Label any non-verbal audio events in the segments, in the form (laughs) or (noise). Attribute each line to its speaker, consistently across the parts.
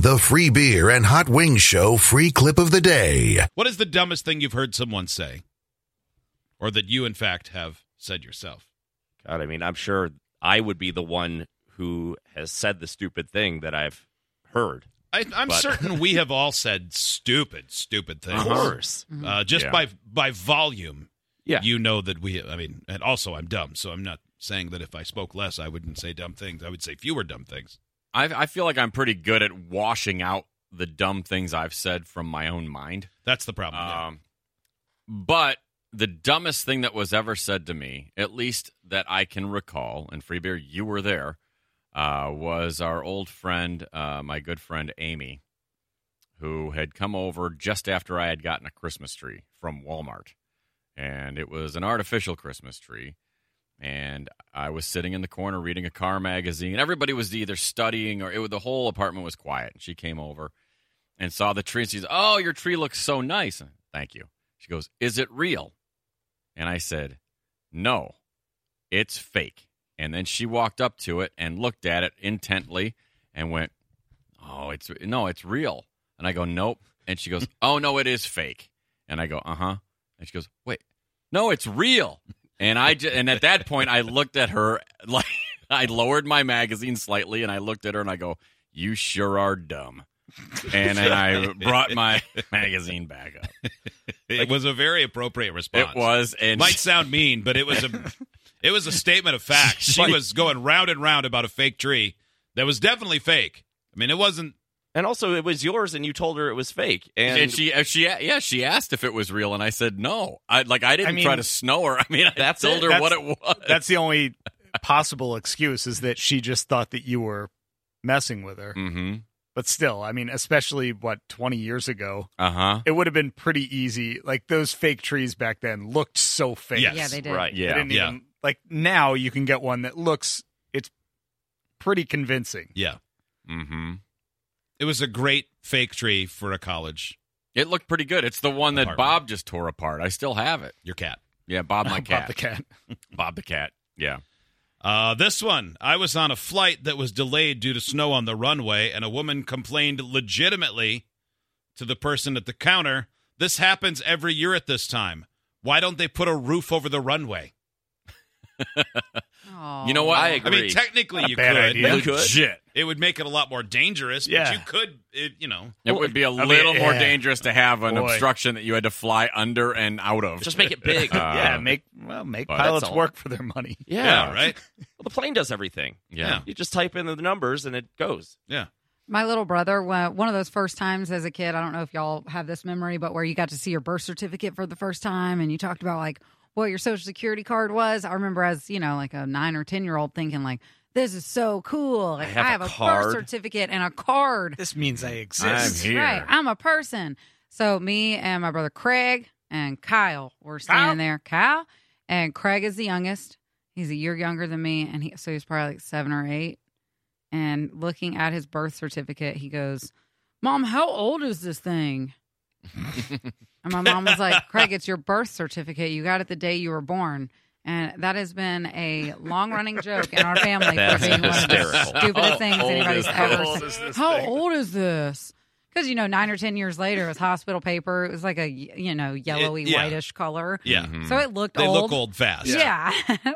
Speaker 1: The Free Beer and Hot Wings Show free clip of the day.
Speaker 2: What is the dumbest thing you've heard someone say? Or that you, in fact, have said yourself?
Speaker 3: God, I mean, I'm sure I would be the one who has said the stupid thing that I've heard.
Speaker 2: I, I'm
Speaker 3: But-
Speaker 2: certain we have all said stupid, stupid things.
Speaker 3: Of course.
Speaker 2: Uh, just
Speaker 3: Yeah.
Speaker 2: by by volume,
Speaker 3: Yeah.
Speaker 2: you know that we. I mean, and also I'm dumb, so I'm not saying that if I spoke less, I wouldn't say dumb things. I would say fewer dumb things.
Speaker 4: I, I feel like I'm pretty good at washing out the dumb things I've said from my own mind.
Speaker 2: That's the
Speaker 3: Oh,
Speaker 2: problem. yeah.
Speaker 4: Um, but the dumbest thing that was ever said to me, at least that I can recall, and Free Beer, you were there, uh, was our old friend, uh, my good friend Amy, who had come over just after I had gotten a Christmas tree from Walmart. And it was an artificial Christmas tree. And I was sitting in the corner reading a car magazine. Everybody was either studying or it, was- the whole apartment was quiet. And she came over and saw the tree and she's, Oh, your tree looks so nice. And, Thank you. She goes, Is it real? And I said, No, it's fake. And then she walked up to it and looked at it intently and went, Oh, it's no, it's real. And I go, Nope. And she goes, Oh, no, it is fake. And I go, Uh huh. And she goes, Wait, no, it's real. And I just, and at that point, I looked at her (laughs) like I lowered my magazine slightly and I looked at her and I go, You sure are dumb. And then I brought my magazine back up.
Speaker 2: it was a very appropriate response.
Speaker 4: It was, and
Speaker 2: might sound mean, but it was a it was a statement of fact. She
Speaker 4: Like-
Speaker 2: was going round and round about a fake tree that was definitely fake. I mean, it wasn't.
Speaker 3: And also, it was yours, and you told her it was fake. And,
Speaker 4: and, she uh, she yeah she asked if it was real and I said no I like I didn't
Speaker 5: I mean,
Speaker 4: try to snow her (laughs) I mean I
Speaker 3: that's
Speaker 4: told
Speaker 3: it.
Speaker 4: her
Speaker 5: That's-
Speaker 4: what it was
Speaker 5: That's the only possible excuse is that she just thought that you were messing with her.
Speaker 4: mm-hmm
Speaker 5: But still, I mean, especially what 20 years ago,
Speaker 4: uh
Speaker 3: Uh-huh.
Speaker 4: huh
Speaker 5: it would have been pretty easy. Like those fake trees back then looked so fake.
Speaker 2: Yes.
Speaker 6: Yeah, they did.
Speaker 3: Right.
Speaker 5: They
Speaker 4: yeah
Speaker 5: didn't
Speaker 2: Yeah.
Speaker 5: even like now you can get one that looks it's pretty convincing.
Speaker 2: Yeah,
Speaker 4: mm-hmm
Speaker 2: it was a great fake tree for a college.
Speaker 4: it looked pretty good it's the one that
Speaker 2: Apartment.
Speaker 4: Bob just tore apart I still have it
Speaker 2: Your cat.
Speaker 4: yeah Bob my
Speaker 5: (laughs) Bob
Speaker 4: cat
Speaker 5: the cat.
Speaker 4: Bob the cat yeah
Speaker 2: Uh, this one, I was on a flight that was delayed due to snow on the runway, and a woman complained legitimately to the person at the counter. This happens every year at this time. Why don't they put a roof over the runway?
Speaker 4: you know what
Speaker 3: I
Speaker 2: I
Speaker 3: agree.
Speaker 2: mean, technically,
Speaker 5: Not a
Speaker 2: you
Speaker 5: bad
Speaker 2: could.
Speaker 5: idea.
Speaker 3: You could.
Speaker 4: Legit.
Speaker 2: It would make it a lot more dangerous,
Speaker 5: Yeah.
Speaker 2: but you could, it, you know.
Speaker 4: It would be a
Speaker 5: mean,
Speaker 4: little more
Speaker 5: yeah.
Speaker 4: dangerous to have an
Speaker 5: Boy.
Speaker 4: obstruction that you had to fly under and out of.
Speaker 3: Just make it big.
Speaker 4: Uh,
Speaker 5: (laughs) yeah, make well make
Speaker 4: but-
Speaker 5: pilots
Speaker 3: That's all.
Speaker 5: work for their money.
Speaker 3: yeah.
Speaker 2: Yeah, right?
Speaker 3: Well, the plane does everything.
Speaker 4: yeah.
Speaker 3: You just type in the numbers, and it goes.
Speaker 2: Yeah.
Speaker 6: My little brother, wa- one of those first times as a kid, I don't know if y'all have this memory, but where you got to see your birth certificate for the first time and you talked about like what your social security card was. I remember as, you know, like a nine or 10 year old thinking, like, this is so cool. Like, I
Speaker 3: have a
Speaker 6: a,
Speaker 3: card."
Speaker 6: birth certificate and a card.
Speaker 5: This means I
Speaker 4: I'm
Speaker 5: exist.
Speaker 4: here.
Speaker 6: Right. I'm a person. So me and my brother Craig and Kyle were standing there. Kyle and Craig is the youngest. He's a year younger than me, and he, so he's probably like seven or eight. And looking at his birth certificate, he goes, "Mom, how old is this thing?" and my mom was like, "Craig, it's your birth certificate. You got it the day you were born." And that has been a long running joke in our family
Speaker 3: That's
Speaker 6: for being one of the
Speaker 3: hysterical.
Speaker 6: stupidest things
Speaker 5: old
Speaker 6: anybody's
Speaker 5: is-
Speaker 6: ever
Speaker 5: how old
Speaker 6: said.
Speaker 5: is this
Speaker 6: How
Speaker 5: thing?
Speaker 6: old is this? Because you know, nine or ten years later, it was hospital paper. It was like a y- you know yellowy,
Speaker 2: yeah.
Speaker 6: whitish color,
Speaker 2: Yeah.
Speaker 3: Mm-hmm.
Speaker 4: Mhm.
Speaker 6: so it looked
Speaker 2: They
Speaker 6: old.
Speaker 2: look old fast.
Speaker 6: Yeah. (laughs) How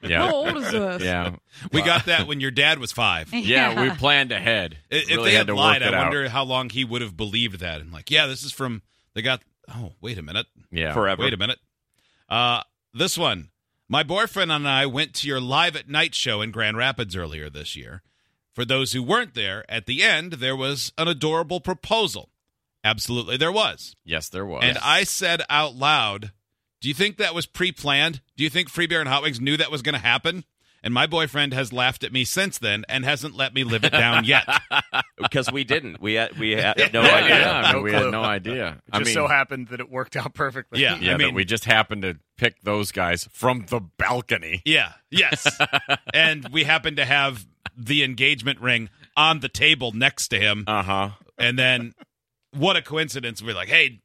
Speaker 4: yeah.
Speaker 6: old is this?
Speaker 4: Yeah.
Speaker 5: (laughs)
Speaker 2: We got that when your dad was five. I-
Speaker 4: Yeah, we planned ahead.
Speaker 2: If
Speaker 4: Really
Speaker 2: they had,
Speaker 4: to work
Speaker 2: lied,
Speaker 4: it
Speaker 2: I
Speaker 4: out.
Speaker 2: wonder how long he would have believed that. And like, yeah, this is from they got. Oh, wait a minute.
Speaker 4: Yeah.
Speaker 3: forever.
Speaker 2: Wait a minute. Uh, this one. My boyfriend and I went to your live at night show in Grand Rapids earlier this year. For those who weren't there, at the end there was an adorable proposal. Absolutely, there was.
Speaker 4: yes, there was.
Speaker 2: And I said out loud, Do you think that was pre planned? Do you think Free Beer and Hot Wings knew that was going to happen? And my boyfriend has laughed at me since then and hasn't let me live it
Speaker 4: (laughs)
Speaker 2: down yet.
Speaker 3: (laughs) because we didn't. We had, we had no
Speaker 4: Yeah,
Speaker 3: idea.
Speaker 4: yeah, I mean,
Speaker 5: No
Speaker 4: we
Speaker 5: clue.
Speaker 4: had no idea.
Speaker 5: It
Speaker 4: I
Speaker 5: just
Speaker 4: mean,
Speaker 5: so happened that it worked out perfectly.
Speaker 2: Yeah.
Speaker 4: yeah,
Speaker 2: I mean-
Speaker 4: that we just happened to pick those guys from the balcony.
Speaker 2: yeah. Yes. and we happened to have the engagement ring on the table next to him.
Speaker 4: Uh huh.
Speaker 2: And then what a coincidence. We're like, Hey,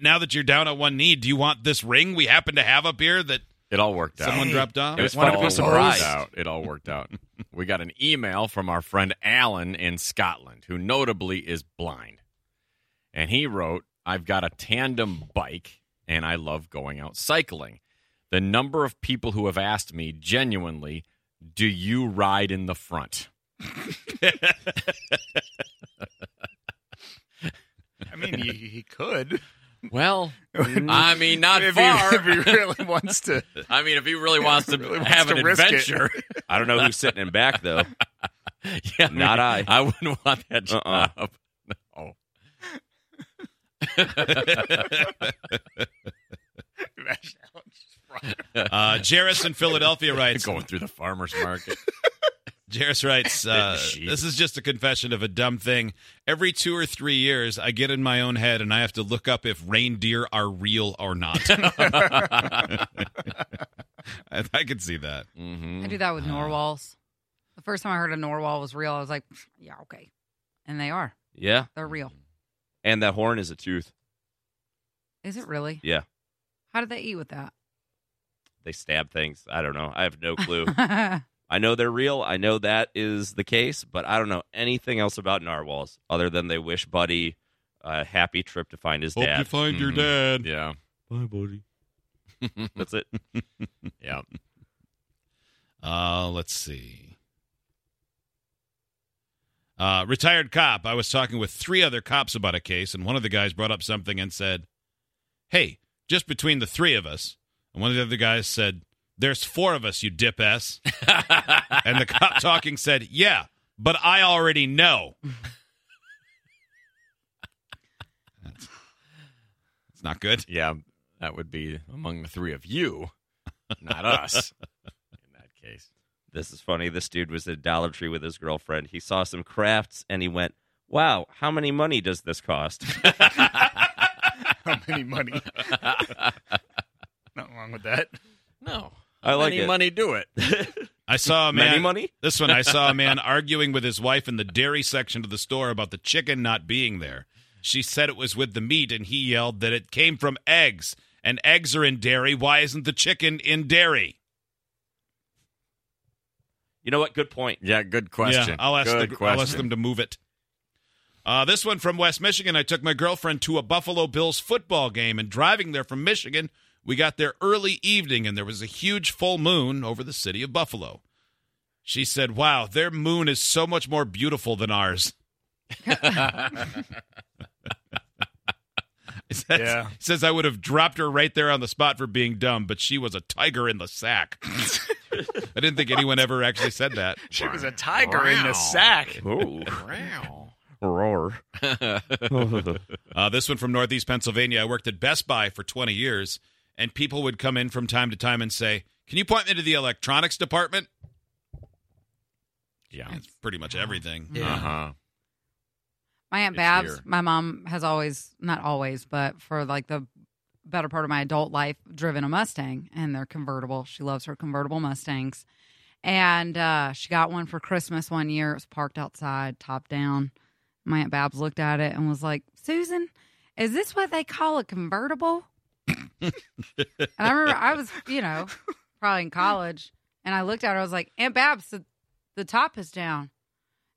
Speaker 2: now that you're down on one knee, do you want this ring we happen to have up here that
Speaker 4: It all worked out.
Speaker 2: someone dropped off?
Speaker 4: It was
Speaker 5: Wanna
Speaker 4: fun. It
Speaker 5: be
Speaker 4: all
Speaker 5: surprised.
Speaker 4: worked out. It all worked out. we got an email from our friend Alan in Scotland, who notably is blind. And he wrote, I've got a tandem bike and I love going out cycling. The number of people who have asked me genuinely, do you ride in the front?
Speaker 5: I mean, he, he could.
Speaker 4: Well, I mean, not
Speaker 5: Mm-hmm. Mm. if
Speaker 4: far.
Speaker 5: He, if he really wants
Speaker 2: (laughs)
Speaker 5: to.
Speaker 4: (laughs) I mean, if he really wants to
Speaker 5: Really wants
Speaker 4: have
Speaker 5: to
Speaker 4: an
Speaker 5: risk it.
Speaker 4: adventure, (laughs)
Speaker 3: I don't know who's sitting in back though.
Speaker 4: yeah, mean,
Speaker 3: Not I.
Speaker 4: I wouldn't want that job.
Speaker 3: Uh-uh.
Speaker 4: No.
Speaker 5: Imagine how it's just right.
Speaker 2: Uh, Jarris in Philadelphia
Speaker 4: (laughs)
Speaker 2: writes,
Speaker 4: Going through the farmer's (laughs) market.
Speaker 2: Jairus
Speaker 4: (laughs)
Speaker 2: writes, uh,
Speaker 4: sheep.
Speaker 2: "This is just a confession of a dumb thing. Every two or three years, I get in my own head and I have to look up if reindeer are real or not."
Speaker 4: (laughs) Mm-hmm.
Speaker 2: I, I could see that.
Speaker 4: Mhm.
Speaker 6: I do that with norwals. The first time I heard a norwal was real, I was like, yeah, okay. And they are.
Speaker 3: Yeah,
Speaker 6: They're real.
Speaker 2: Mm.
Speaker 3: and that horn is a tooth.
Speaker 6: Is it really?
Speaker 3: Yeah.
Speaker 6: How did they eat with that?
Speaker 3: They stab things. I don't know. I have no clue.
Speaker 6: (laughs)
Speaker 3: I know they're real. I know that is the case, but I don't know anything else about narwhals other than they wish Buddy a happy trip to find his dad.
Speaker 2: find
Speaker 4: your Mhm.
Speaker 2: dad.
Speaker 4: (laughs) Yeah. Bye, buddy.
Speaker 3: That's it.
Speaker 4: yeah.
Speaker 2: Uh, let's see. Uh, retired cop. I was talking with three other cops about a case, and one of the guys brought up something and said, "Hey, just between the three of us." And one of the other guys said, "There's four of us, you dip s." And the cop talking said, Yeah, but I already know. That's- It's not good.
Speaker 4: yeah. That would be among the three of you, not us. In that case.
Speaker 3: This is funny. This dude was at Dollar Tree with his girlfriend. He saw some crafts and he went, "Wow, how many money does this cost?"
Speaker 5: How many money? Not wrong with that.
Speaker 4: (laughs) No.
Speaker 3: I like
Speaker 4: Many
Speaker 3: it.
Speaker 4: money do it.
Speaker 2: I saw a man.
Speaker 3: Many money?
Speaker 2: This one, I saw a man arguing with his wife in the dairy section of the store about the chicken not being there. She said it was with the meat, and he yelled that it came from eggs, and eggs are in dairy. Why isn't the chicken in dairy?
Speaker 3: You know what? Good point.
Speaker 4: (laughs) Yeah, good question.
Speaker 2: Yeah, I'll ask,
Speaker 4: good
Speaker 2: the,
Speaker 4: question.
Speaker 2: I'll ask them to move it. Uh, this one from West Michigan. I took my girlfriend to a Buffalo Bills football game, and driving there from Michigan, we got there early evening, and there was a huge full moon over the city of Buffalo. She said, "Wow, their moon is so much more beautiful than ours." (laughs) It says,
Speaker 5: Yeah.
Speaker 2: it says I would have dropped her right there on the spot for being dumb, but she was a tiger in the sack. (laughs) I didn't think anyone ever actually said that.
Speaker 5: She was a tiger in the sack.
Speaker 3: (laughs) Ooh,
Speaker 4: Wow.
Speaker 3: roar.
Speaker 2: Uh, this one from Northeast Pennsylvania. I worked at Best Buy for 20 years, and people would come in from time to time and say, Can you point me to the electronics department?
Speaker 4: Yeah.
Speaker 2: It's pretty much everything.
Speaker 4: Uh huh.
Speaker 6: My Aunt
Speaker 4: It's
Speaker 6: Babs,
Speaker 4: here.
Speaker 6: my mom has always, not always, but for like the better part of my adult life, driven a Mustang and they're convertible. She loves her convertible Mustangs. And uh, she got one for Christmas one year. It was parked outside, top down. My Aunt Babs looked at it and was like, Susan, is this what they call a convertible? and I remember I was, you know, probably in college. And I looked at her, I was like, Aunt Babs, the, the top is down.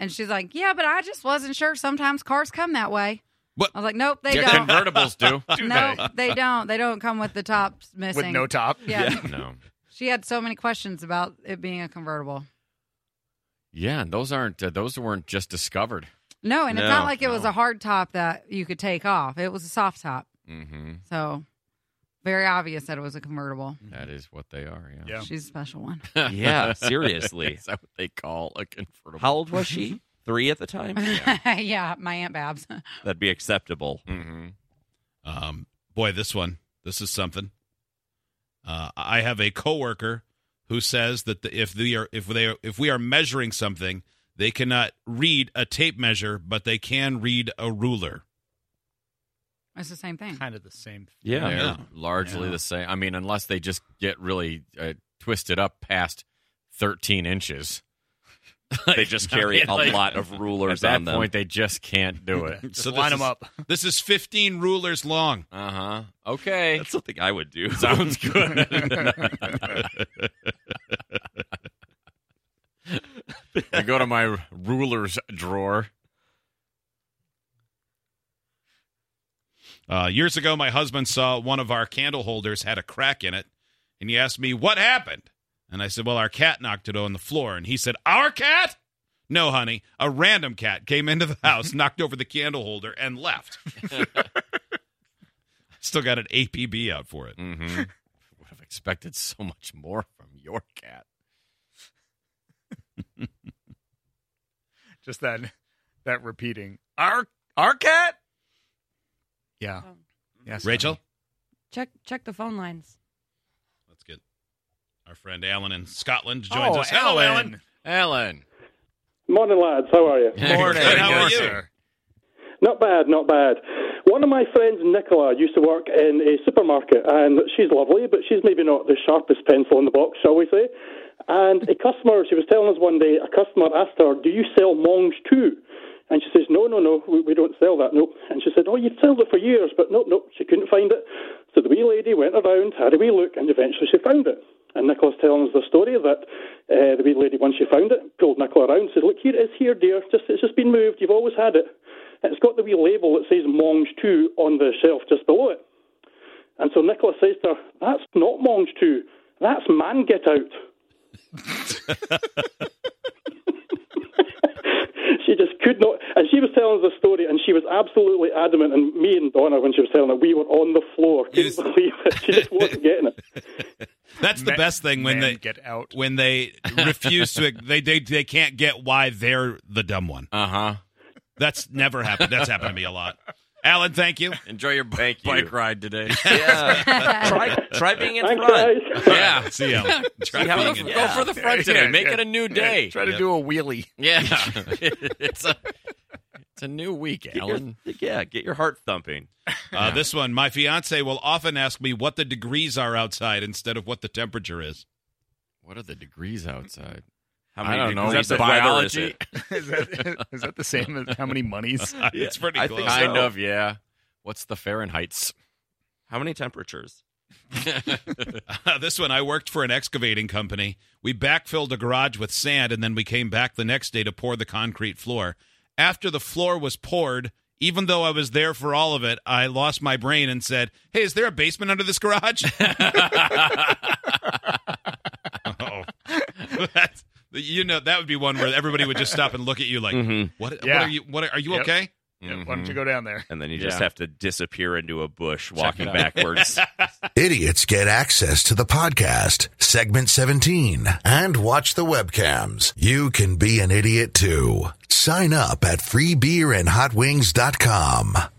Speaker 6: And she's like, "Yeah, but I just wasn't sure. Sometimes cars come that way."
Speaker 2: What?
Speaker 6: I was like, "Nope, they
Speaker 4: yeah, (laughs)
Speaker 6: don't.
Speaker 4: convertibles do.
Speaker 5: Do
Speaker 6: no, they? don't. They don't come with the tops missing.
Speaker 5: With no top.
Speaker 6: (laughs) Yeah.
Speaker 4: No.
Speaker 6: She had so many questions about it being a convertible.
Speaker 4: Yeah, and those aren't uh, those weren't just discovered.
Speaker 6: No, and it's
Speaker 3: No,
Speaker 6: not like it was
Speaker 4: no.
Speaker 6: a hard top that you could take off. It was a soft top.
Speaker 4: Mm-hmm.
Speaker 6: So very obvious that it was a convertible.
Speaker 4: That is what they are. Yeah.
Speaker 5: Yeah.
Speaker 6: She's a special one.
Speaker 4: (laughs)
Speaker 3: Yeah, seriously.
Speaker 4: is that what they call a convertible?
Speaker 3: How old was
Speaker 4: (laughs)
Speaker 3: she? Three at the time.
Speaker 6: (laughs) Yeah, my aunt Babs. (laughs)
Speaker 3: That'd be
Speaker 4: (laughs)
Speaker 3: acceptable.
Speaker 4: Mm-hmm.
Speaker 2: Um, boy, this one, this is something. Uh, I have a coworker who says that the, if they are if they are, if we are measuring something, they cannot read a tape measure, but they can read a ruler.
Speaker 6: It's the same thing.
Speaker 5: Kind of the same. Thing.
Speaker 3: Yeah.
Speaker 4: They're
Speaker 2: Yeah.
Speaker 4: largely
Speaker 2: Yeah.
Speaker 4: the same. I mean, unless they just get really uh, twisted up past 13 inches.
Speaker 3: They just carry
Speaker 4: I mean,
Speaker 3: a
Speaker 4: like,
Speaker 3: lot of rulers
Speaker 4: At that
Speaker 3: on them.
Speaker 4: point, they just can't do
Speaker 5: (laughs)
Speaker 4: it.
Speaker 5: Just
Speaker 2: So this
Speaker 5: line them
Speaker 2: is-
Speaker 5: up.
Speaker 2: This is 15 rulers long.
Speaker 4: uh huh. Okay.
Speaker 3: That's (laughs) something I would do.
Speaker 4: Sounds
Speaker 3: (laughs)
Speaker 4: good. (laughs) I go to my rulers drawer.
Speaker 2: Uh, years ago, my husband saw one of our candle holders had a crack in it, and he asked me what happened. And I said, "Well, our cat knocked it on the floor." And he said, "Our cat? No, honey. A random cat came into the house, (laughs) knocked over the candle holder, and (laughs) left." Still got an APB out for it.
Speaker 4: Mm-hmm. Would have expected so much more from your cat.
Speaker 5: Just that that repeating. Our our cat. Yeah. Yes.
Speaker 2: Rachel,
Speaker 7: Check check the phone lines.
Speaker 2: let's get our friend Alan in Scotland
Speaker 5: honey.
Speaker 2: joins
Speaker 5: oh,
Speaker 2: us. Hello,
Speaker 5: Alan.
Speaker 4: Ellen.
Speaker 8: Morning, lads. How are you?
Speaker 2: Morning.
Speaker 5: Good
Speaker 2: How are
Speaker 5: morning,
Speaker 2: you?
Speaker 5: sir.
Speaker 8: Not bad, not bad. One of my friends, Nicola, used to work in a supermarket, and she's lovely, but she's maybe not the sharpest pencil in the box, shall we say. And a customer, she was telling us one day, a customer asked her, Do you sell Monge too? And she says, No, no, no, we, we don't sell that, nope. And she said, Oh, you've sold it for years, but nope, nope, she couldn't find it. So the wee lady went around, had a wee look, and eventually she found it. And Nicola's telling us the story that uh, the wee lady, once she found it, pulled Nicola around and said, Look, here it is, here, dear. Just It's just been moved. You've always had it. And it's got the wee label that says Monge 2 on the shelf just below it. And so Nicola says to her, Oh, That's not Monge 2. That's Man Get Out. she just could not. And she was telling us the story, and she was absolutely adamant. And me and Donna, when she was telling it, we were on the floor. Couldn't
Speaker 2: Yes.
Speaker 8: believe it. She just wasn't getting it.
Speaker 2: That's the
Speaker 5: Men-
Speaker 2: best thing when
Speaker 5: men
Speaker 2: they
Speaker 5: get out.
Speaker 2: when they
Speaker 5: (laughs)
Speaker 2: refuse to they they they can't get why they're the dumb one.
Speaker 4: Uh huh.
Speaker 2: That's never happened. That's happened to me a lot. Alan, thank you.
Speaker 4: Enjoy your bike,
Speaker 3: you.
Speaker 4: bike ride today.
Speaker 3: yeah. try, try being in
Speaker 8: Thanks,
Speaker 3: front.
Speaker 8: guys.
Speaker 4: (laughs) yeah.
Speaker 2: See you.
Speaker 3: (laughs)
Speaker 2: Alan. Try
Speaker 3: See how
Speaker 2: being
Speaker 3: it
Speaker 2: in-
Speaker 3: goes. Yeah.
Speaker 4: Go for the (laughs) front today.
Speaker 5: Yeah,
Speaker 4: Make
Speaker 5: yeah.
Speaker 4: it a new day.
Speaker 5: Try to do a wheelie.
Speaker 4: (laughs)
Speaker 5: (laughs)
Speaker 4: Yeah. (laughs) it's a it's a new week,
Speaker 3: Get your-
Speaker 4: Alan.
Speaker 3: yeah, get your heart thumping.
Speaker 2: Uh, this one, my fiance will often ask me what the degrees are outside instead of what the temperature is. (laughs)
Speaker 4: What are the degrees outside?
Speaker 3: How many
Speaker 4: I don't know.
Speaker 3: degrees
Speaker 4: Is
Speaker 3: of
Speaker 4: that
Speaker 3: weather is
Speaker 4: biology? (laughs)
Speaker 3: it?
Speaker 5: is, that, is that the same as how many
Speaker 2: (laughs)
Speaker 5: monies?
Speaker 3: Yeah,
Speaker 2: it's pretty
Speaker 3: I
Speaker 2: close.
Speaker 3: think so.
Speaker 4: Kind of, yeah. What's the Fahrenheit's? (laughs)
Speaker 3: How many temperatures?
Speaker 2: Uh, this one, I worked for an excavating company. We backfilled a garage with sand and then we came back the next day to pour the concrete floor. After the floor was poured, even though I was there for all of it, I lost my brain and said, Hey, is there a basement under this garage? oh. (laughs) That's, you know, that would be one where everybody would just stop and look at you like,
Speaker 3: Mhm.
Speaker 2: what,
Speaker 5: Mm-hmm. Yeah.
Speaker 2: what are you, what are, are you
Speaker 5: Yep.
Speaker 2: okay?
Speaker 5: Yeah, Why don't you go down there?
Speaker 3: And then you just
Speaker 4: Yeah.
Speaker 3: have to disappear into a bush
Speaker 4: it
Speaker 3: walking
Speaker 4: out. (laughs)
Speaker 3: backwards.
Speaker 1: Idiots get access to the podcast, segment 17, and watch the webcams. You can be an idiot too. Sign up at freebeerandhotwings.com.